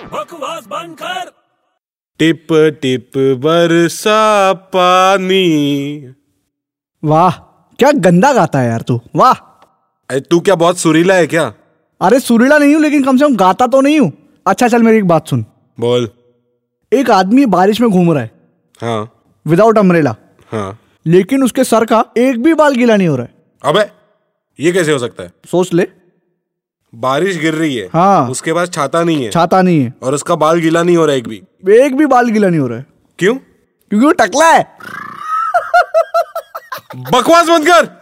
आवाज बंद कर टिप टिप बरसा पानी वाह क्या गंदा गाता है यार तू वाह अरे तू क्या बहुत सुरीला है क्या अरे सुरीला नहीं हूँ लेकिन कम से कम गाता तो नहीं हूँ अच्छा चल मेरी एक बात सुन बोल एक आदमी बारिश में घूम रहा है हाँ विदाउट अम्ब्रेला हाँ लेकिन उसके सर का एक भी बाल गीला नहीं हो रहा है अबे ये कैसे हो सकता है सोच ले बारिश गिर रही है हाँ। उसके पास छाता नहीं है छाता नहीं और उसका बाल गीला नहीं हो रहा एक भी है एक भी बाल गीला नहीं हो रहा है क्यों क्योंकि वो टकला है बकवास मत कर